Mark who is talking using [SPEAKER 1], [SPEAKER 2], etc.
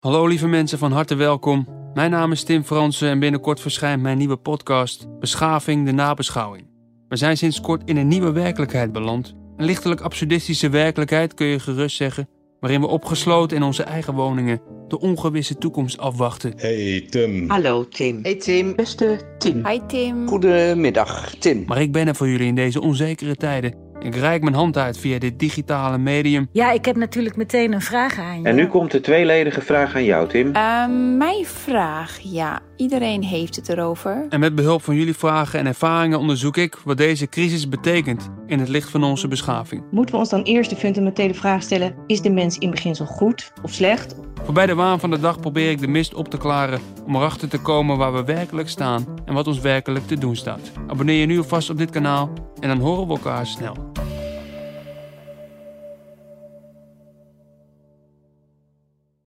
[SPEAKER 1] Hallo lieve mensen, van harte welkom. Mijn naam is Tim Fransen en binnenkort verschijnt mijn nieuwe podcast Beschaving de Nabeschouwing. We zijn sinds kort in een nieuwe werkelijkheid beland. Een lichtelijk absurdistische werkelijkheid kun je gerust zeggen, waarin we opgesloten in onze eigen woningen de ongewisse toekomst afwachten.
[SPEAKER 2] Hey Tim.
[SPEAKER 3] Hallo Tim.
[SPEAKER 4] Hey Tim.
[SPEAKER 3] Beste Tim.
[SPEAKER 5] Hi Tim.
[SPEAKER 3] Goedemiddag Tim.
[SPEAKER 1] Maar ik ben er voor jullie in deze onzekere tijden. Ik reik mijn hand uit via dit digitale medium.
[SPEAKER 5] Ja, ik heb natuurlijk meteen een vraag aan je.
[SPEAKER 6] En nu komt de tweeledige vraag aan jou, Tim.
[SPEAKER 5] Ehm, mijn vraag, ja, iedereen heeft het erover.
[SPEAKER 1] En met behulp van jullie vragen en ervaringen onderzoek ik wat deze crisis betekent in het licht van onze beschaving.
[SPEAKER 7] Moeten we ons dan eerst de fundamentele vraag stellen: is de mens in beginsel goed of slecht?
[SPEAKER 1] Voorbij de waan van de dag probeer ik de mist op te klaren om erachter te komen waar we werkelijk staan en wat ons werkelijk te doen staat. Abonneer je nu alvast op dit kanaal en dan horen we elkaar snel.